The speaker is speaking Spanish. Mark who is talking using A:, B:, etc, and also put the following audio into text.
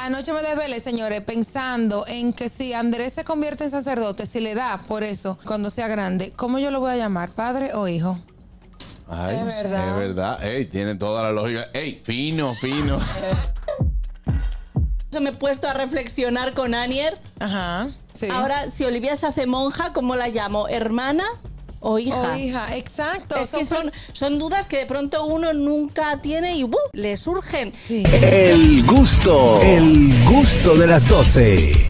A: Anoche me desvelé, señores, pensando en que si Andrés se convierte en sacerdote, si le da por eso cuando sea grande, ¿cómo yo lo voy a llamar? ¿Padre o hijo?
B: Ay,
A: Es
B: es
A: verdad.
B: verdad. Ey, tiene toda la lógica. Ey, fino, fino.
C: Yo me he puesto a reflexionar con Anier.
A: Ajá. Sí.
C: Ahora, si Olivia se hace monja, ¿cómo la llamo? ¿Hermana o hija?
A: O hija, exacto.
C: Es que
A: pre-
C: son, son dudas que de pronto uno nunca tiene y ¡bu! le surgen.
A: Sí.
D: El gusto, el gusto de las doce.